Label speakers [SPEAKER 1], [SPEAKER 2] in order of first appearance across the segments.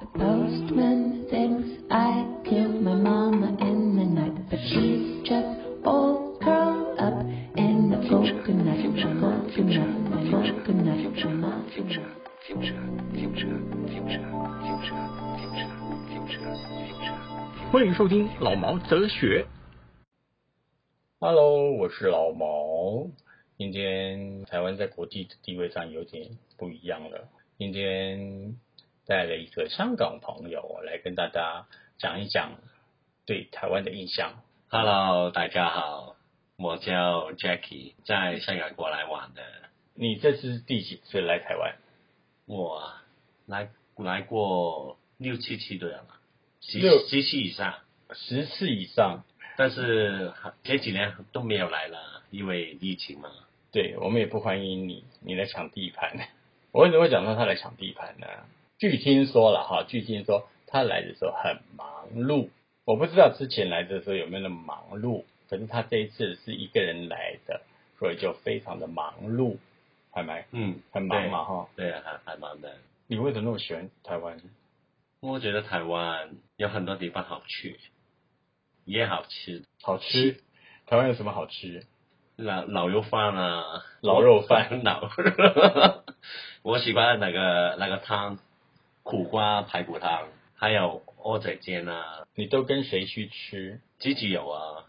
[SPEAKER 1] The postman thinks I killed my mama in the night, but she's just all curled up in the coconut, the coconut, the coconut, the coconut.
[SPEAKER 2] Hello，
[SPEAKER 3] 欢迎收听老毛哲学。
[SPEAKER 2] 我是老毛。今天台湾在国际的地位上有点不一样了。今天带了一个香港朋友来跟大家讲一讲对台湾的印象。
[SPEAKER 3] 大家好，我叫 Jackie，在香港过来玩的。
[SPEAKER 2] 你这是第几次来台湾？
[SPEAKER 3] 我啊来来过六七次都有了，十
[SPEAKER 2] 六
[SPEAKER 3] 十次以上，
[SPEAKER 2] 十次以上。
[SPEAKER 3] 但是还这几年都没有来了，因为疫情嘛。
[SPEAKER 2] 对我们也不欢迎你，你来抢地盘。我为什么会讲到他来抢地盘呢？据听说了哈，据听说他来的时候很忙碌，我不知道之前来的时候有没有那么忙碌，可是他这一次是一个人来的，所以就非常的忙碌，还蛮
[SPEAKER 3] 嗯，
[SPEAKER 2] 很忙嘛哈。
[SPEAKER 3] 对啊，还还蛮的。
[SPEAKER 2] 你为什么那么喜欢台湾？
[SPEAKER 3] 我觉得台湾有很多地方好去，也好吃，
[SPEAKER 2] 好吃？台湾有什么好吃？
[SPEAKER 3] 老老肉饭啊，
[SPEAKER 2] 老肉饭
[SPEAKER 3] 老， 我喜欢那个那个汤，苦瓜排骨汤，还有蚵仔煎啊，
[SPEAKER 2] 你都跟谁去吃？
[SPEAKER 3] 自己有啊，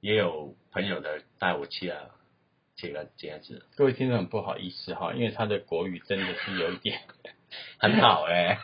[SPEAKER 3] 也有朋友的带我去啊，这个这样子
[SPEAKER 2] 各位听众很不好意思哈，因为他的国语真的是有一点
[SPEAKER 3] 很好哎、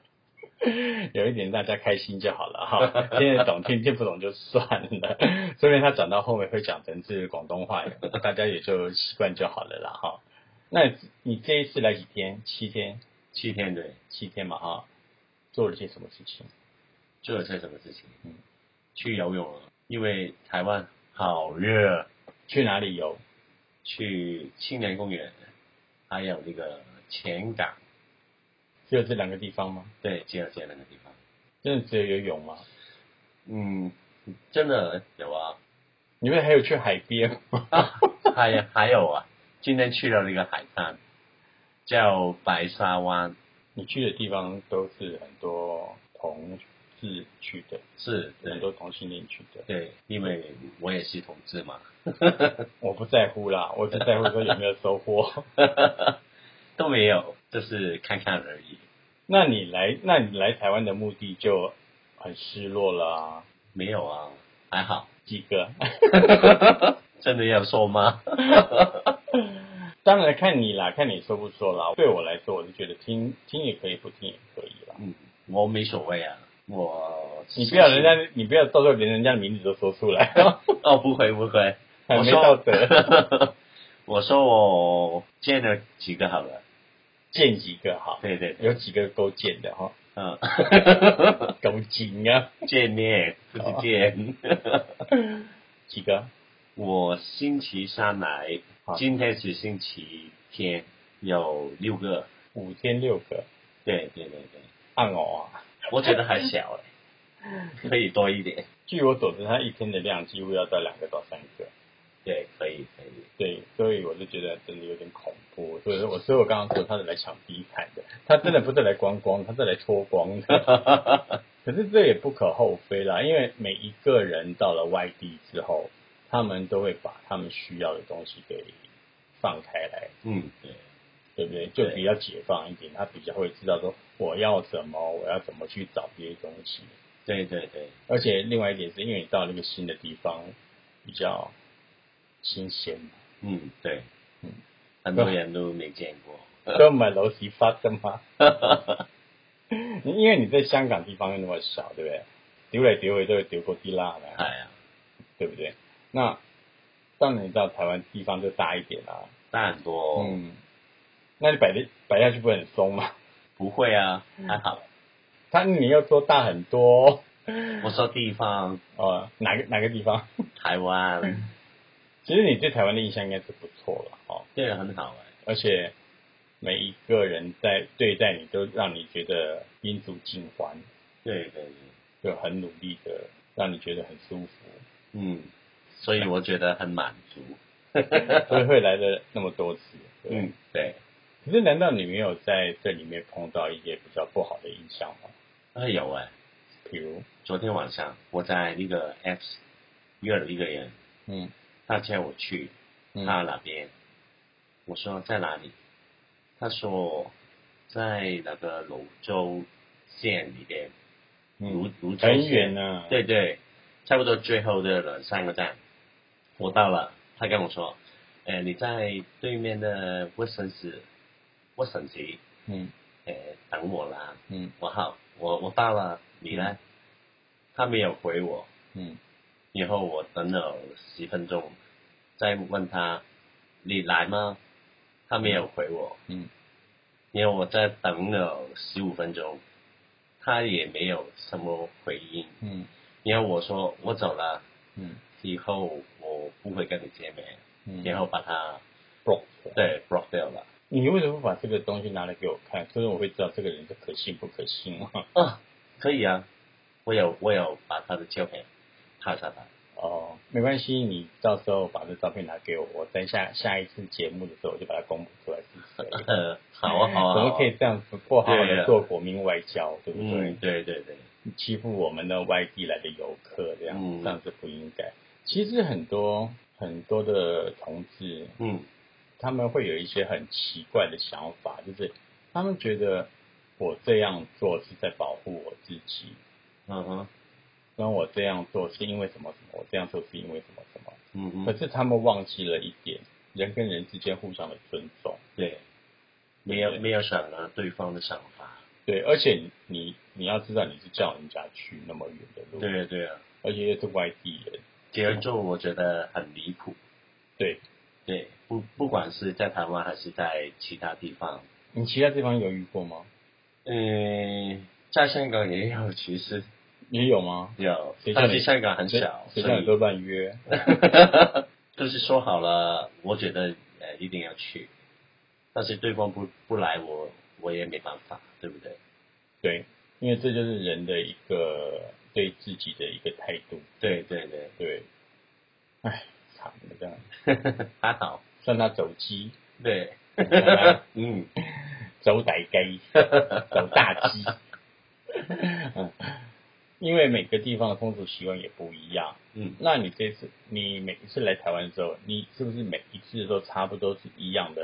[SPEAKER 2] 有一点大家开心就好了哈， 听得懂听听不懂就算了。说明他讲到后面会讲成是广东话，大家也就习惯就好了啦哈。那你这一次来几天？七天，
[SPEAKER 3] 七天对，
[SPEAKER 2] 七天嘛哈。做了些什么事情？
[SPEAKER 3] 做了些什么事情？
[SPEAKER 2] 嗯
[SPEAKER 3] 嗯，去游泳了，因为台湾好热，
[SPEAKER 2] 去哪里游？
[SPEAKER 3] 去青年公园，还有那个前港，
[SPEAKER 2] 只有这两个地方吗？
[SPEAKER 3] 对，只有这两个地方。
[SPEAKER 2] 真的只有游泳吗？
[SPEAKER 3] 嗯，真的有啊，
[SPEAKER 2] 你们还有去海边吗？
[SPEAKER 3] 还还有啊，今天去了那个海滩，叫白沙湾，
[SPEAKER 2] 你去的地方都是很多同志去的，
[SPEAKER 3] 是
[SPEAKER 2] 很
[SPEAKER 3] 对
[SPEAKER 2] 多同性恋去的。
[SPEAKER 3] 对，因为我也是同志嘛，
[SPEAKER 2] 我不在乎啦，我只在乎说有没有收获。
[SPEAKER 3] 都没有，就是看看而已，
[SPEAKER 2] 那你来，那你来台湾的目的就很失落啦、
[SPEAKER 3] 没有啊，还好，
[SPEAKER 2] 几个，
[SPEAKER 3] 真的要说吗？
[SPEAKER 2] 当然看你啦，看你说不说啦。对我来说，我是觉得听听也可以，不听也可以啦。
[SPEAKER 3] 嗯，我没所谓啊，我
[SPEAKER 2] 你不要人家，你不要到时候连人家的名字都说出来，
[SPEAKER 3] 哦，不会不会，
[SPEAKER 2] 很
[SPEAKER 3] 我
[SPEAKER 2] 没
[SPEAKER 3] 说
[SPEAKER 2] 道德。
[SPEAKER 3] 我说我见了几个好了，
[SPEAKER 2] 见几个哈，
[SPEAKER 3] 对对，对
[SPEAKER 2] 有几个勾践的哈，
[SPEAKER 3] 嗯。
[SPEAKER 2] 勾践啊，
[SPEAKER 3] 见面不是 见。
[SPEAKER 2] 几个
[SPEAKER 3] 我星期三来
[SPEAKER 2] 好，
[SPEAKER 3] 今天是星期天，有六个。
[SPEAKER 2] 五天六个，
[SPEAKER 3] 对对对对，
[SPEAKER 2] 按哦啊。
[SPEAKER 3] 我觉得还小 哎，可以多一点。
[SPEAKER 2] 据我所知，他一天的量几乎要到两个到三个。
[SPEAKER 3] 对，可以可以。
[SPEAKER 2] 对，所以我就觉得真的有点恐怖。所以我，所以我刚刚说他是来抢地盘的，他真的不是来观光，他是来脱光的。可是这也不可厚非啦，因为每一个人到了外地之后，他们都会把他们需要的东西给放开来，
[SPEAKER 3] 嗯，对，
[SPEAKER 2] 对不对？就
[SPEAKER 3] 对
[SPEAKER 2] 比较解放一点，他比较会知道说我要什么，我要怎么去找这些东西。
[SPEAKER 3] 对对对，
[SPEAKER 2] 而且另外一点是因为你到那个新的地方比较新鲜嘛，
[SPEAKER 3] 嗯对
[SPEAKER 2] 嗯，
[SPEAKER 3] 很多人都没见过。
[SPEAKER 2] 都买楼梯发的吗？你因为你在香港地方又那么小，对不对？丢来丢去都会丢过地啦
[SPEAKER 3] 哎
[SPEAKER 2] 的，
[SPEAKER 3] 呀，
[SPEAKER 2] 对不对？那当然你到台湾地方就大一点啦、
[SPEAKER 3] 大很多，
[SPEAKER 2] 嗯，那你摆的摆下去不会很松吗？
[SPEAKER 3] 不会啊，还好。
[SPEAKER 2] 他你要说大很多
[SPEAKER 3] 我说地方，
[SPEAKER 2] 哦，哪个哪个地方？
[SPEAKER 3] 台湾，
[SPEAKER 2] 其实你对台湾的印象应该是不错了哦，
[SPEAKER 3] 这个很好哎。
[SPEAKER 2] 而且每一个人在对待你都让你觉得宾主尽欢，
[SPEAKER 3] 对对对，
[SPEAKER 2] 就很努力的让你觉得很舒服。
[SPEAKER 3] 嗯，所以我觉得很满足。
[SPEAKER 2] 所以会来的那么多次。对
[SPEAKER 3] 嗯，对，
[SPEAKER 2] 可是难道你没有在这里面碰到一些比较不好的印象吗？
[SPEAKER 3] 啊有哎、
[SPEAKER 2] 比如，
[SPEAKER 3] 昨天晚上我在那个 Apps 约了一个人，
[SPEAKER 2] 嗯，
[SPEAKER 3] 他叫我去
[SPEAKER 2] 嗯
[SPEAKER 3] 他那边，我说在哪里？他说在那个泸州县里边，泸
[SPEAKER 2] 嗯，
[SPEAKER 3] 泸州
[SPEAKER 2] 很
[SPEAKER 3] 县
[SPEAKER 2] 远呢。
[SPEAKER 3] 对对，差不多最后的两三个站，我到了，他跟我说，呃，你在对面的卫生室，卫生局，
[SPEAKER 2] 嗯
[SPEAKER 3] 呃，等我啦。
[SPEAKER 2] 嗯
[SPEAKER 3] 我好，我我到了，你呢？他没有回我，
[SPEAKER 2] 嗯
[SPEAKER 3] 以后我等了十分钟，再问他，你来吗？他没有回我，
[SPEAKER 2] 嗯
[SPEAKER 3] 因为我在等了十五分钟，他也没有什么回应。
[SPEAKER 2] 嗯
[SPEAKER 3] 然后我说我走了。
[SPEAKER 2] 嗯
[SPEAKER 3] 以后我不会跟你见面，
[SPEAKER 2] 嗯，
[SPEAKER 3] 然后把它
[SPEAKER 2] block
[SPEAKER 3] 对 block 掉了。
[SPEAKER 2] 你为什么不把这个东西拿来给我看？所以我会知道这个人是可信不可信嘛。
[SPEAKER 3] 啊，可以啊，我有我有把他的照片拍下来。
[SPEAKER 2] 哦，没关系，你到时候把这照片拿给我，我等下下一次节目的时候我就把它公布出来是 谁。
[SPEAKER 3] 呃，好啊好啊，
[SPEAKER 2] 哎怎么可以这样子不好好
[SPEAKER 3] 对
[SPEAKER 2] 的
[SPEAKER 3] 啊
[SPEAKER 2] 做国民外交，对不对？
[SPEAKER 3] 嗯，对对对，
[SPEAKER 2] 你欺负我们的外地来的游客，这样、
[SPEAKER 3] 嗯
[SPEAKER 2] 这样子不应该。其实很多很多的同志，
[SPEAKER 3] 嗯
[SPEAKER 2] 他们会有一些很奇怪的想法，就是他们觉得我这样做是在保护我自己，
[SPEAKER 3] 嗯哼
[SPEAKER 2] 然后我这样做是因为什么什么，我这样做是因为什么什么。
[SPEAKER 3] 嗯哼，
[SPEAKER 2] 可是他们忘记了一点，人跟人之间互相的尊重。
[SPEAKER 3] 对，没有没有想到对方的想法。
[SPEAKER 2] 对，而且你你你要知道，你是叫人家去那么远的路，
[SPEAKER 3] 对对啊，
[SPEAKER 2] 而且又是外地人，
[SPEAKER 3] 这样做我觉得很离谱。
[SPEAKER 2] 对
[SPEAKER 3] 对，不不管是在台湾还是在其他地方，
[SPEAKER 2] 你其他地方有遇过吗？
[SPEAKER 3] 嗯，在香港也有，其实
[SPEAKER 2] 也有吗？
[SPEAKER 3] 有
[SPEAKER 2] 谁，叫
[SPEAKER 3] 但
[SPEAKER 2] 你
[SPEAKER 3] 是香港很
[SPEAKER 2] 谁
[SPEAKER 3] 小，
[SPEAKER 2] 谁
[SPEAKER 3] 所
[SPEAKER 2] 叫
[SPEAKER 3] 以
[SPEAKER 2] 你都乱约？
[SPEAKER 3] 就是说好了，我觉得呃一定要去，但是对方不不来我，我也没办法，对不对？
[SPEAKER 2] 对，因为这就是人的一个对自己的一个态度。
[SPEAKER 3] 对对对，
[SPEAKER 2] 对，唉，惨了这样，
[SPEAKER 3] 还好，
[SPEAKER 2] 算他走鸡，
[SPEAKER 3] 对，
[SPEAKER 2] 算他
[SPEAKER 3] 嗯，
[SPEAKER 2] 走歹 鸡，走大鸡。 嗯，因为每个地方的风俗习惯也不一样。
[SPEAKER 3] 嗯，
[SPEAKER 2] 那你这次你每一次来台湾的时候，你是不是每一次都差不多是一样的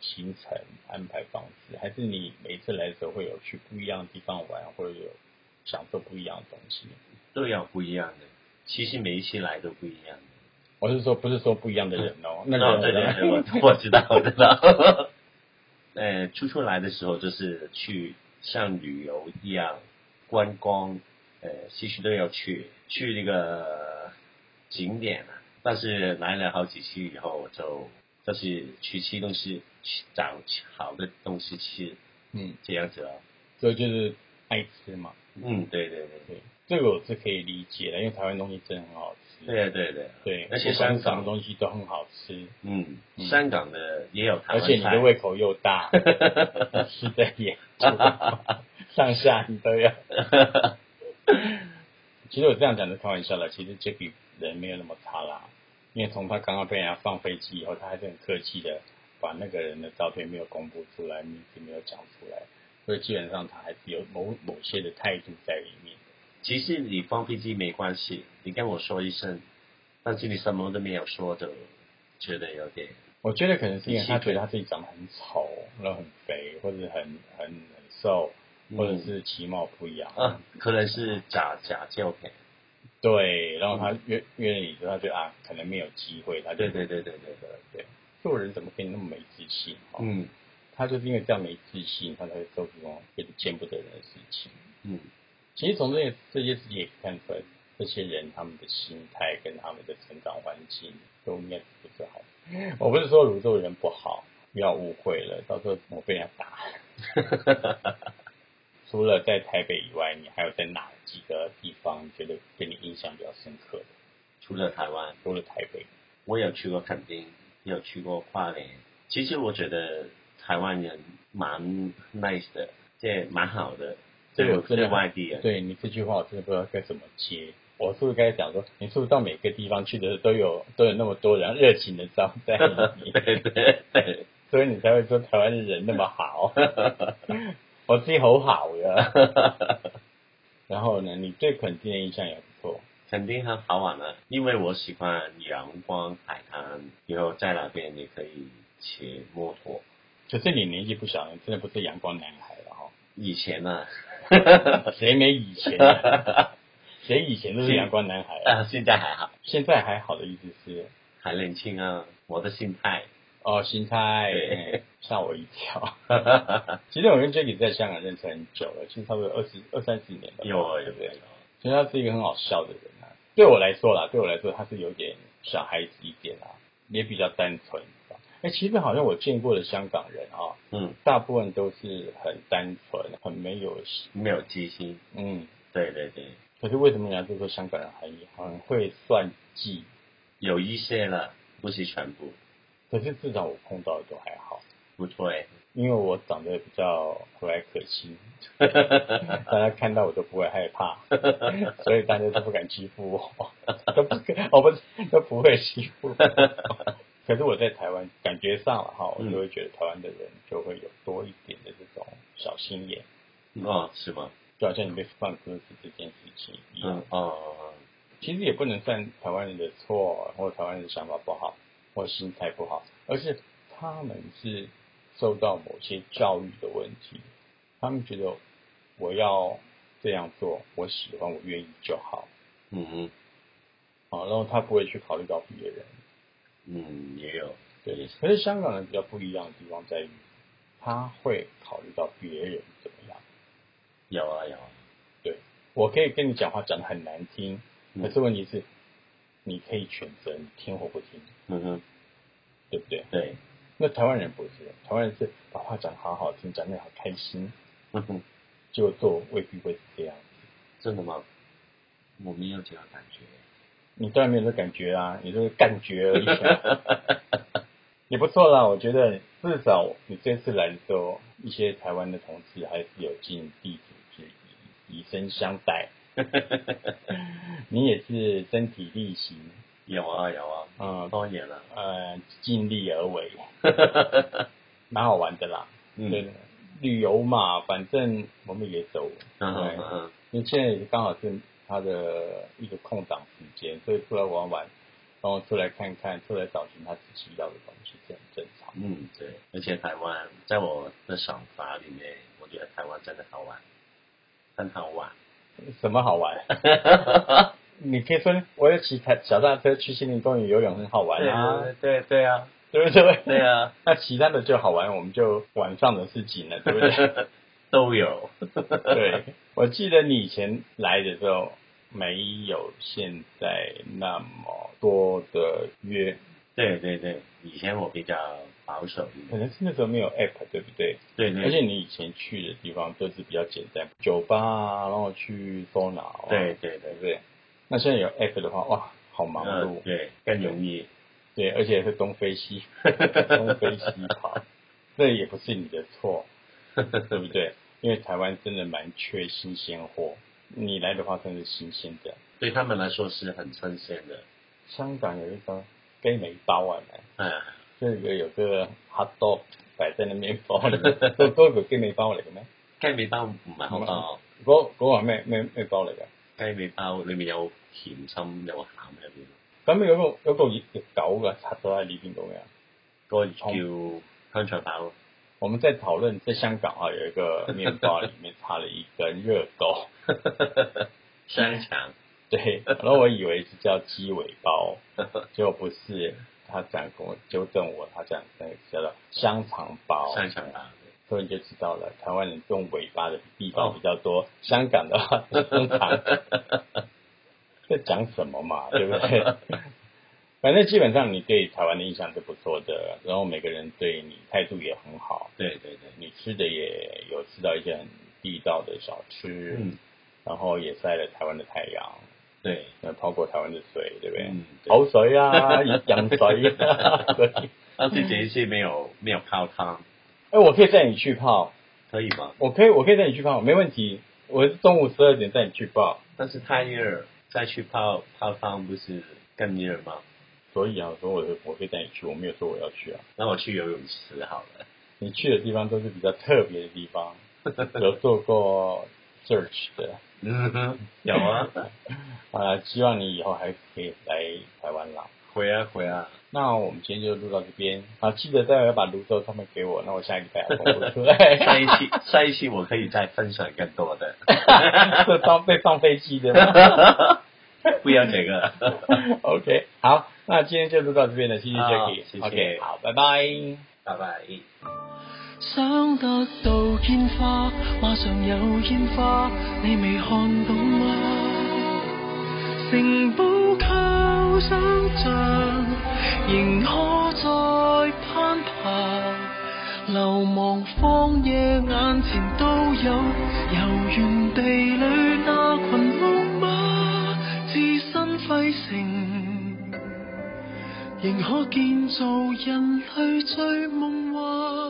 [SPEAKER 2] 行程安排方式？还是你每一次来的时候会有去不一样的地方玩，或者有享受不一样的东西？
[SPEAKER 3] 都有不一样的，其实每一期来都不一样的。
[SPEAKER 2] 我是说，不是说不一样的人哦，那
[SPEAKER 3] 哦，
[SPEAKER 2] 人
[SPEAKER 3] 对对对，
[SPEAKER 2] 人
[SPEAKER 3] 我我 知道我知道。 呃，初初来的时候就是去像旅游一样观光，呃，其实都要去去那个景点啊。但是来了好几次以后，我就就是去吃东西，去找好的东西吃，
[SPEAKER 2] 嗯，
[SPEAKER 3] 这样子哦。
[SPEAKER 2] 所以就是爱吃嘛，
[SPEAKER 3] 嗯，对对对，
[SPEAKER 2] 对，这个我是可以理解的，因为台湾东西真的很好吃，
[SPEAKER 3] 对对对，
[SPEAKER 2] 对，
[SPEAKER 3] 而且
[SPEAKER 2] 不管
[SPEAKER 3] 香
[SPEAKER 2] 是什么
[SPEAKER 3] 港，
[SPEAKER 2] 东西都很好吃，
[SPEAKER 3] 嗯，香港的也有台
[SPEAKER 2] 而
[SPEAKER 3] 湾
[SPEAKER 2] 且你的
[SPEAKER 3] 菜，
[SPEAKER 2] 胃口又 大，吃的也多，上下你都 要。其实我这样讲是开玩笑的，其实 j a c 人没有那么差啦，因为从他刚刚被人家放飞机以后，他还是很客气的把那个人的照片没有公布出来，名字没有讲出来，所以基本上他还是有某某些的态度在里面。
[SPEAKER 3] 其实你放飞机没关系，你跟我说一声，但是你什么都没有说的，觉得有点
[SPEAKER 2] 我觉得可能是
[SPEAKER 3] 嗯
[SPEAKER 2] 因为他觉得他自己长得很丑，然后很肥，或者很很很瘦，或者是其貌不扬。
[SPEAKER 3] 啊，可能是假假照片。
[SPEAKER 2] 对，然后他约约你之后，他觉得啊，可能没有机会，他就
[SPEAKER 3] 嗯对对对对对对，
[SPEAKER 2] 对，做人怎么可以那么没自信？哦、
[SPEAKER 3] 嗯
[SPEAKER 2] 他就是因为这样没自信，他才会做这种见见不得人的事情。
[SPEAKER 3] 嗯，
[SPEAKER 2] 其实从这些这些事情也可以看出来，这些人他们的心态跟他们的成长环境都应该不是好。 我不是说泸州人不好，不要误会了，到时候我被人家打。 除了在台北以外，你还有在哪几个地方你觉得对你印象比较深刻的？
[SPEAKER 3] 除了台湾，
[SPEAKER 2] 除了台北，
[SPEAKER 3] 我有去过垦丁，也有去过花莲。其实我觉得台湾人蛮 nice 的，这蛮好的，
[SPEAKER 2] 这
[SPEAKER 3] 对
[SPEAKER 2] 个真的
[SPEAKER 3] 对外地人。
[SPEAKER 2] 对你这句话，我真的不知道该怎么接。我是不是该讲说，你是不是到每个地方去的都有都有那么多人热情的招待 你，
[SPEAKER 3] 对对对，
[SPEAKER 2] 所以你才会说台湾的人那么 好，我自己好好 呀。然后呢，你对垦丁的印象也不错，
[SPEAKER 3] 肯定很好玩的，因为我喜欢阳光海滩，以后在那边也可以骑摩托。
[SPEAKER 2] 可是你年纪不小，你真的不是阳光男孩了哈、
[SPEAKER 3] 以前呢、
[SPEAKER 2] 谁没以前、啊？ 谁以前都是阳光男孩、啊？
[SPEAKER 3] 啊，现在还好，
[SPEAKER 2] 现在还好的意思是，
[SPEAKER 3] 还年轻啊，我的心态。
[SPEAKER 2] 哦，心态
[SPEAKER 3] 对
[SPEAKER 2] 哎吓我一跳。 其实我跟 Jacky 在香港认识很久了，其实差不多二十二三十年了吧，
[SPEAKER 3] 有啊
[SPEAKER 2] 对
[SPEAKER 3] 有
[SPEAKER 2] 不对
[SPEAKER 3] 有？
[SPEAKER 2] 所以他是一个很好笑的人啊。对我来说啦，对我来说他是有点小孩子一点啊，也比较单纯。你知道哎，其实好像我见过的香港人啊、
[SPEAKER 3] 嗯，
[SPEAKER 2] 大部分都是很单纯，很没有，
[SPEAKER 3] 没有机心。
[SPEAKER 2] 嗯。
[SPEAKER 3] 对对对，
[SPEAKER 2] 可是为什么人家都说香港人很很会算计？
[SPEAKER 3] 有一些了，不是全部，
[SPEAKER 2] 可是至少我碰到的都还好，
[SPEAKER 3] 不错哎。
[SPEAKER 2] 因为我长得比较和蔼可亲，大家看到我都不会害怕，所以大家都不敢欺负我，都不敢，哦不是，都不会欺负我。可是我在台湾感觉上了哈，我就会觉得台湾的人就会有多一点的这种小心眼，
[SPEAKER 3] 哦，是吗？
[SPEAKER 2] 就好像你被放鸽子这件事情一样。
[SPEAKER 3] 嗯哦，
[SPEAKER 2] 其实也不能算台湾人的错，或台湾人的想法不好，或心态不好，而是他们是受到某些教育的问题，他们觉得我要这样做，我喜欢，我愿意就好，
[SPEAKER 3] 嗯
[SPEAKER 2] 啊，然后他不会去考虑到别人。
[SPEAKER 3] 嗯，也有，
[SPEAKER 2] 对，可是香港人比较不一样的地方在于，他会考虑到别人怎么样。
[SPEAKER 3] 有啊有啊，
[SPEAKER 2] 我可以跟你讲话讲的很难听，
[SPEAKER 3] 嗯
[SPEAKER 2] 可是问题是，你可以选择你听或不听，
[SPEAKER 3] 嗯哼，
[SPEAKER 2] 对不对？
[SPEAKER 3] 对，
[SPEAKER 2] 那台湾人不是，台湾人是把话讲得好好听，讲得好开心，
[SPEAKER 3] 嗯哼，
[SPEAKER 2] 结果做未必会是这样。
[SPEAKER 3] 真的吗？我没有这样感觉。
[SPEAKER 2] 你当然没有这感觉啊，你就是感觉而已、啊，也不错啦。我觉得至少你这次来的时候，一些台湾的同事还是有尽地主之谊，以身相待。你也是身体力行，
[SPEAKER 3] 有啊有啊，
[SPEAKER 2] 嗯
[SPEAKER 3] 当然了，
[SPEAKER 2] 呃，尽力而为，蛮好玩的啦。
[SPEAKER 3] 嗯
[SPEAKER 2] 对，旅游嘛，反正我们也走，
[SPEAKER 3] 嗯
[SPEAKER 2] 对
[SPEAKER 3] 嗯嗯，
[SPEAKER 2] 因为现在也刚好是他的一个空档时间，所以出来玩玩，然后出来看看，出来找寻他自己要的东西，这很正常。
[SPEAKER 3] 嗯，对，而且台湾在我的想法里面，我觉得台湾真的好玩，很好玩。
[SPEAKER 2] 什么好 玩？你可以说我要骑台小大车去森林公园游泳很好玩啊，
[SPEAKER 3] 对对啊，
[SPEAKER 2] 对不对？
[SPEAKER 3] 对啊，
[SPEAKER 2] 那其他的就好玩，我们就晚上的事情了，对不对？
[SPEAKER 3] 都有。
[SPEAKER 2] 对，我记得你以前来的时候没有现在那么多的约，
[SPEAKER 3] 对对对，以前我比较保守一
[SPEAKER 2] 可
[SPEAKER 3] 点。
[SPEAKER 2] 能是那时候没有 app，对不对？
[SPEAKER 3] 对对，
[SPEAKER 2] 而且你以前去的地方都是比较简单，酒吧啊，然后去 s o n 啊，
[SPEAKER 3] 对
[SPEAKER 2] 对
[SPEAKER 3] 对对
[SPEAKER 2] 不，对？那现在有 app 的话，哇，好忙碌
[SPEAKER 3] 嗯，对更容易。
[SPEAKER 2] 对，而且是东飞 西东飞西跑，这也不是你的错，对不对？因为台湾真的蛮缺新鲜货，你来的话算是新鲜的。
[SPEAKER 3] 对他们来说是很新鲜的。
[SPEAKER 2] 香港有一个鸡尾包啊，
[SPEAKER 3] 嗯，
[SPEAKER 2] 这个有个 hot dog 摆在那面包里 面，嗰嗰個雞尾包嚟嘅咩？
[SPEAKER 3] 雞尾包唔係好多，
[SPEAKER 2] 嗰嗰個係咩咩咩包嚟嘅？
[SPEAKER 3] 雞尾包裏面有甜心有鹹喺入邊，
[SPEAKER 2] 咁有個有個熱熱狗嘅插咗喺呢邊度嘅。
[SPEAKER 3] 嗰、個叫香腸包咯。
[SPEAKER 2] 我們在討論在香港啊，有一個面包裡面插了一根熱狗，
[SPEAKER 3] 香腸
[SPEAKER 2] 对，然後我以為是叫雞尾 包，结果不是，他这样跟我纠正我，他这样叫做香肠包，
[SPEAKER 3] 香腸包，
[SPEAKER 2] 所以你就知道了，台湾人用尾巴的地方比较多，香港的 话通常在讲什么 嘛，对不对？反正基本上你对台湾的印象是不错的，然后每个人对你态度也很好，
[SPEAKER 3] 對對對，
[SPEAKER 2] 你吃的也有吃到一些很地道的小吃，
[SPEAKER 3] 嗯
[SPEAKER 2] 然后也晒了台湾的太阳，
[SPEAKER 3] 對，
[SPEAKER 2] 也泡过台湾的水，对不对？
[SPEAKER 3] 嗯對
[SPEAKER 2] 口水 啊，洋水啊，所以，
[SPEAKER 3] 但是這一次沒有沒有泡湯，
[SPEAKER 2] 哎，我可以带你去泡，
[SPEAKER 3] 可以嗎？
[SPEAKER 2] 我可以，我可以带你去泡，没问题。我是中午十二点带你去泡，
[SPEAKER 3] 但是太熱，再去泡泡汤不是更热吗？
[SPEAKER 2] 所以啊，我说我我会带你去，我没有说我要去啊。
[SPEAKER 3] 那我去游泳池好了。
[SPEAKER 2] 你去的地方都是比较特别的地方，有做过 search 的，
[SPEAKER 3] 嗯哼，有啊，
[SPEAKER 2] 啊，希望你以后还可以来台湾啦。
[SPEAKER 3] 回啊回啊，
[SPEAKER 2] 那我们今天就录到这边啊，记得待会要把泸州上面给我，那我下一个礼拜要公布出来。
[SPEAKER 3] 下一期下一期我可以再分享更多的，
[SPEAKER 2] 是放被放飞机的吗
[SPEAKER 3] 不要这个了，
[SPEAKER 2] ？OK，好，那今天就录到这边了，谢谢
[SPEAKER 3] 好
[SPEAKER 2] Jacky，
[SPEAKER 3] 谢谢
[SPEAKER 2] OK，好，拜拜。
[SPEAKER 3] 拜拜。
[SPEAKER 4] 想得到煙花，馬上有煙花，你未看到嗎？城堡靠想像，仍可再攀爬。流亡荒野，眼前都有，遊園地裏那群木馬，置身廢城，仍可建造人類最夢幻。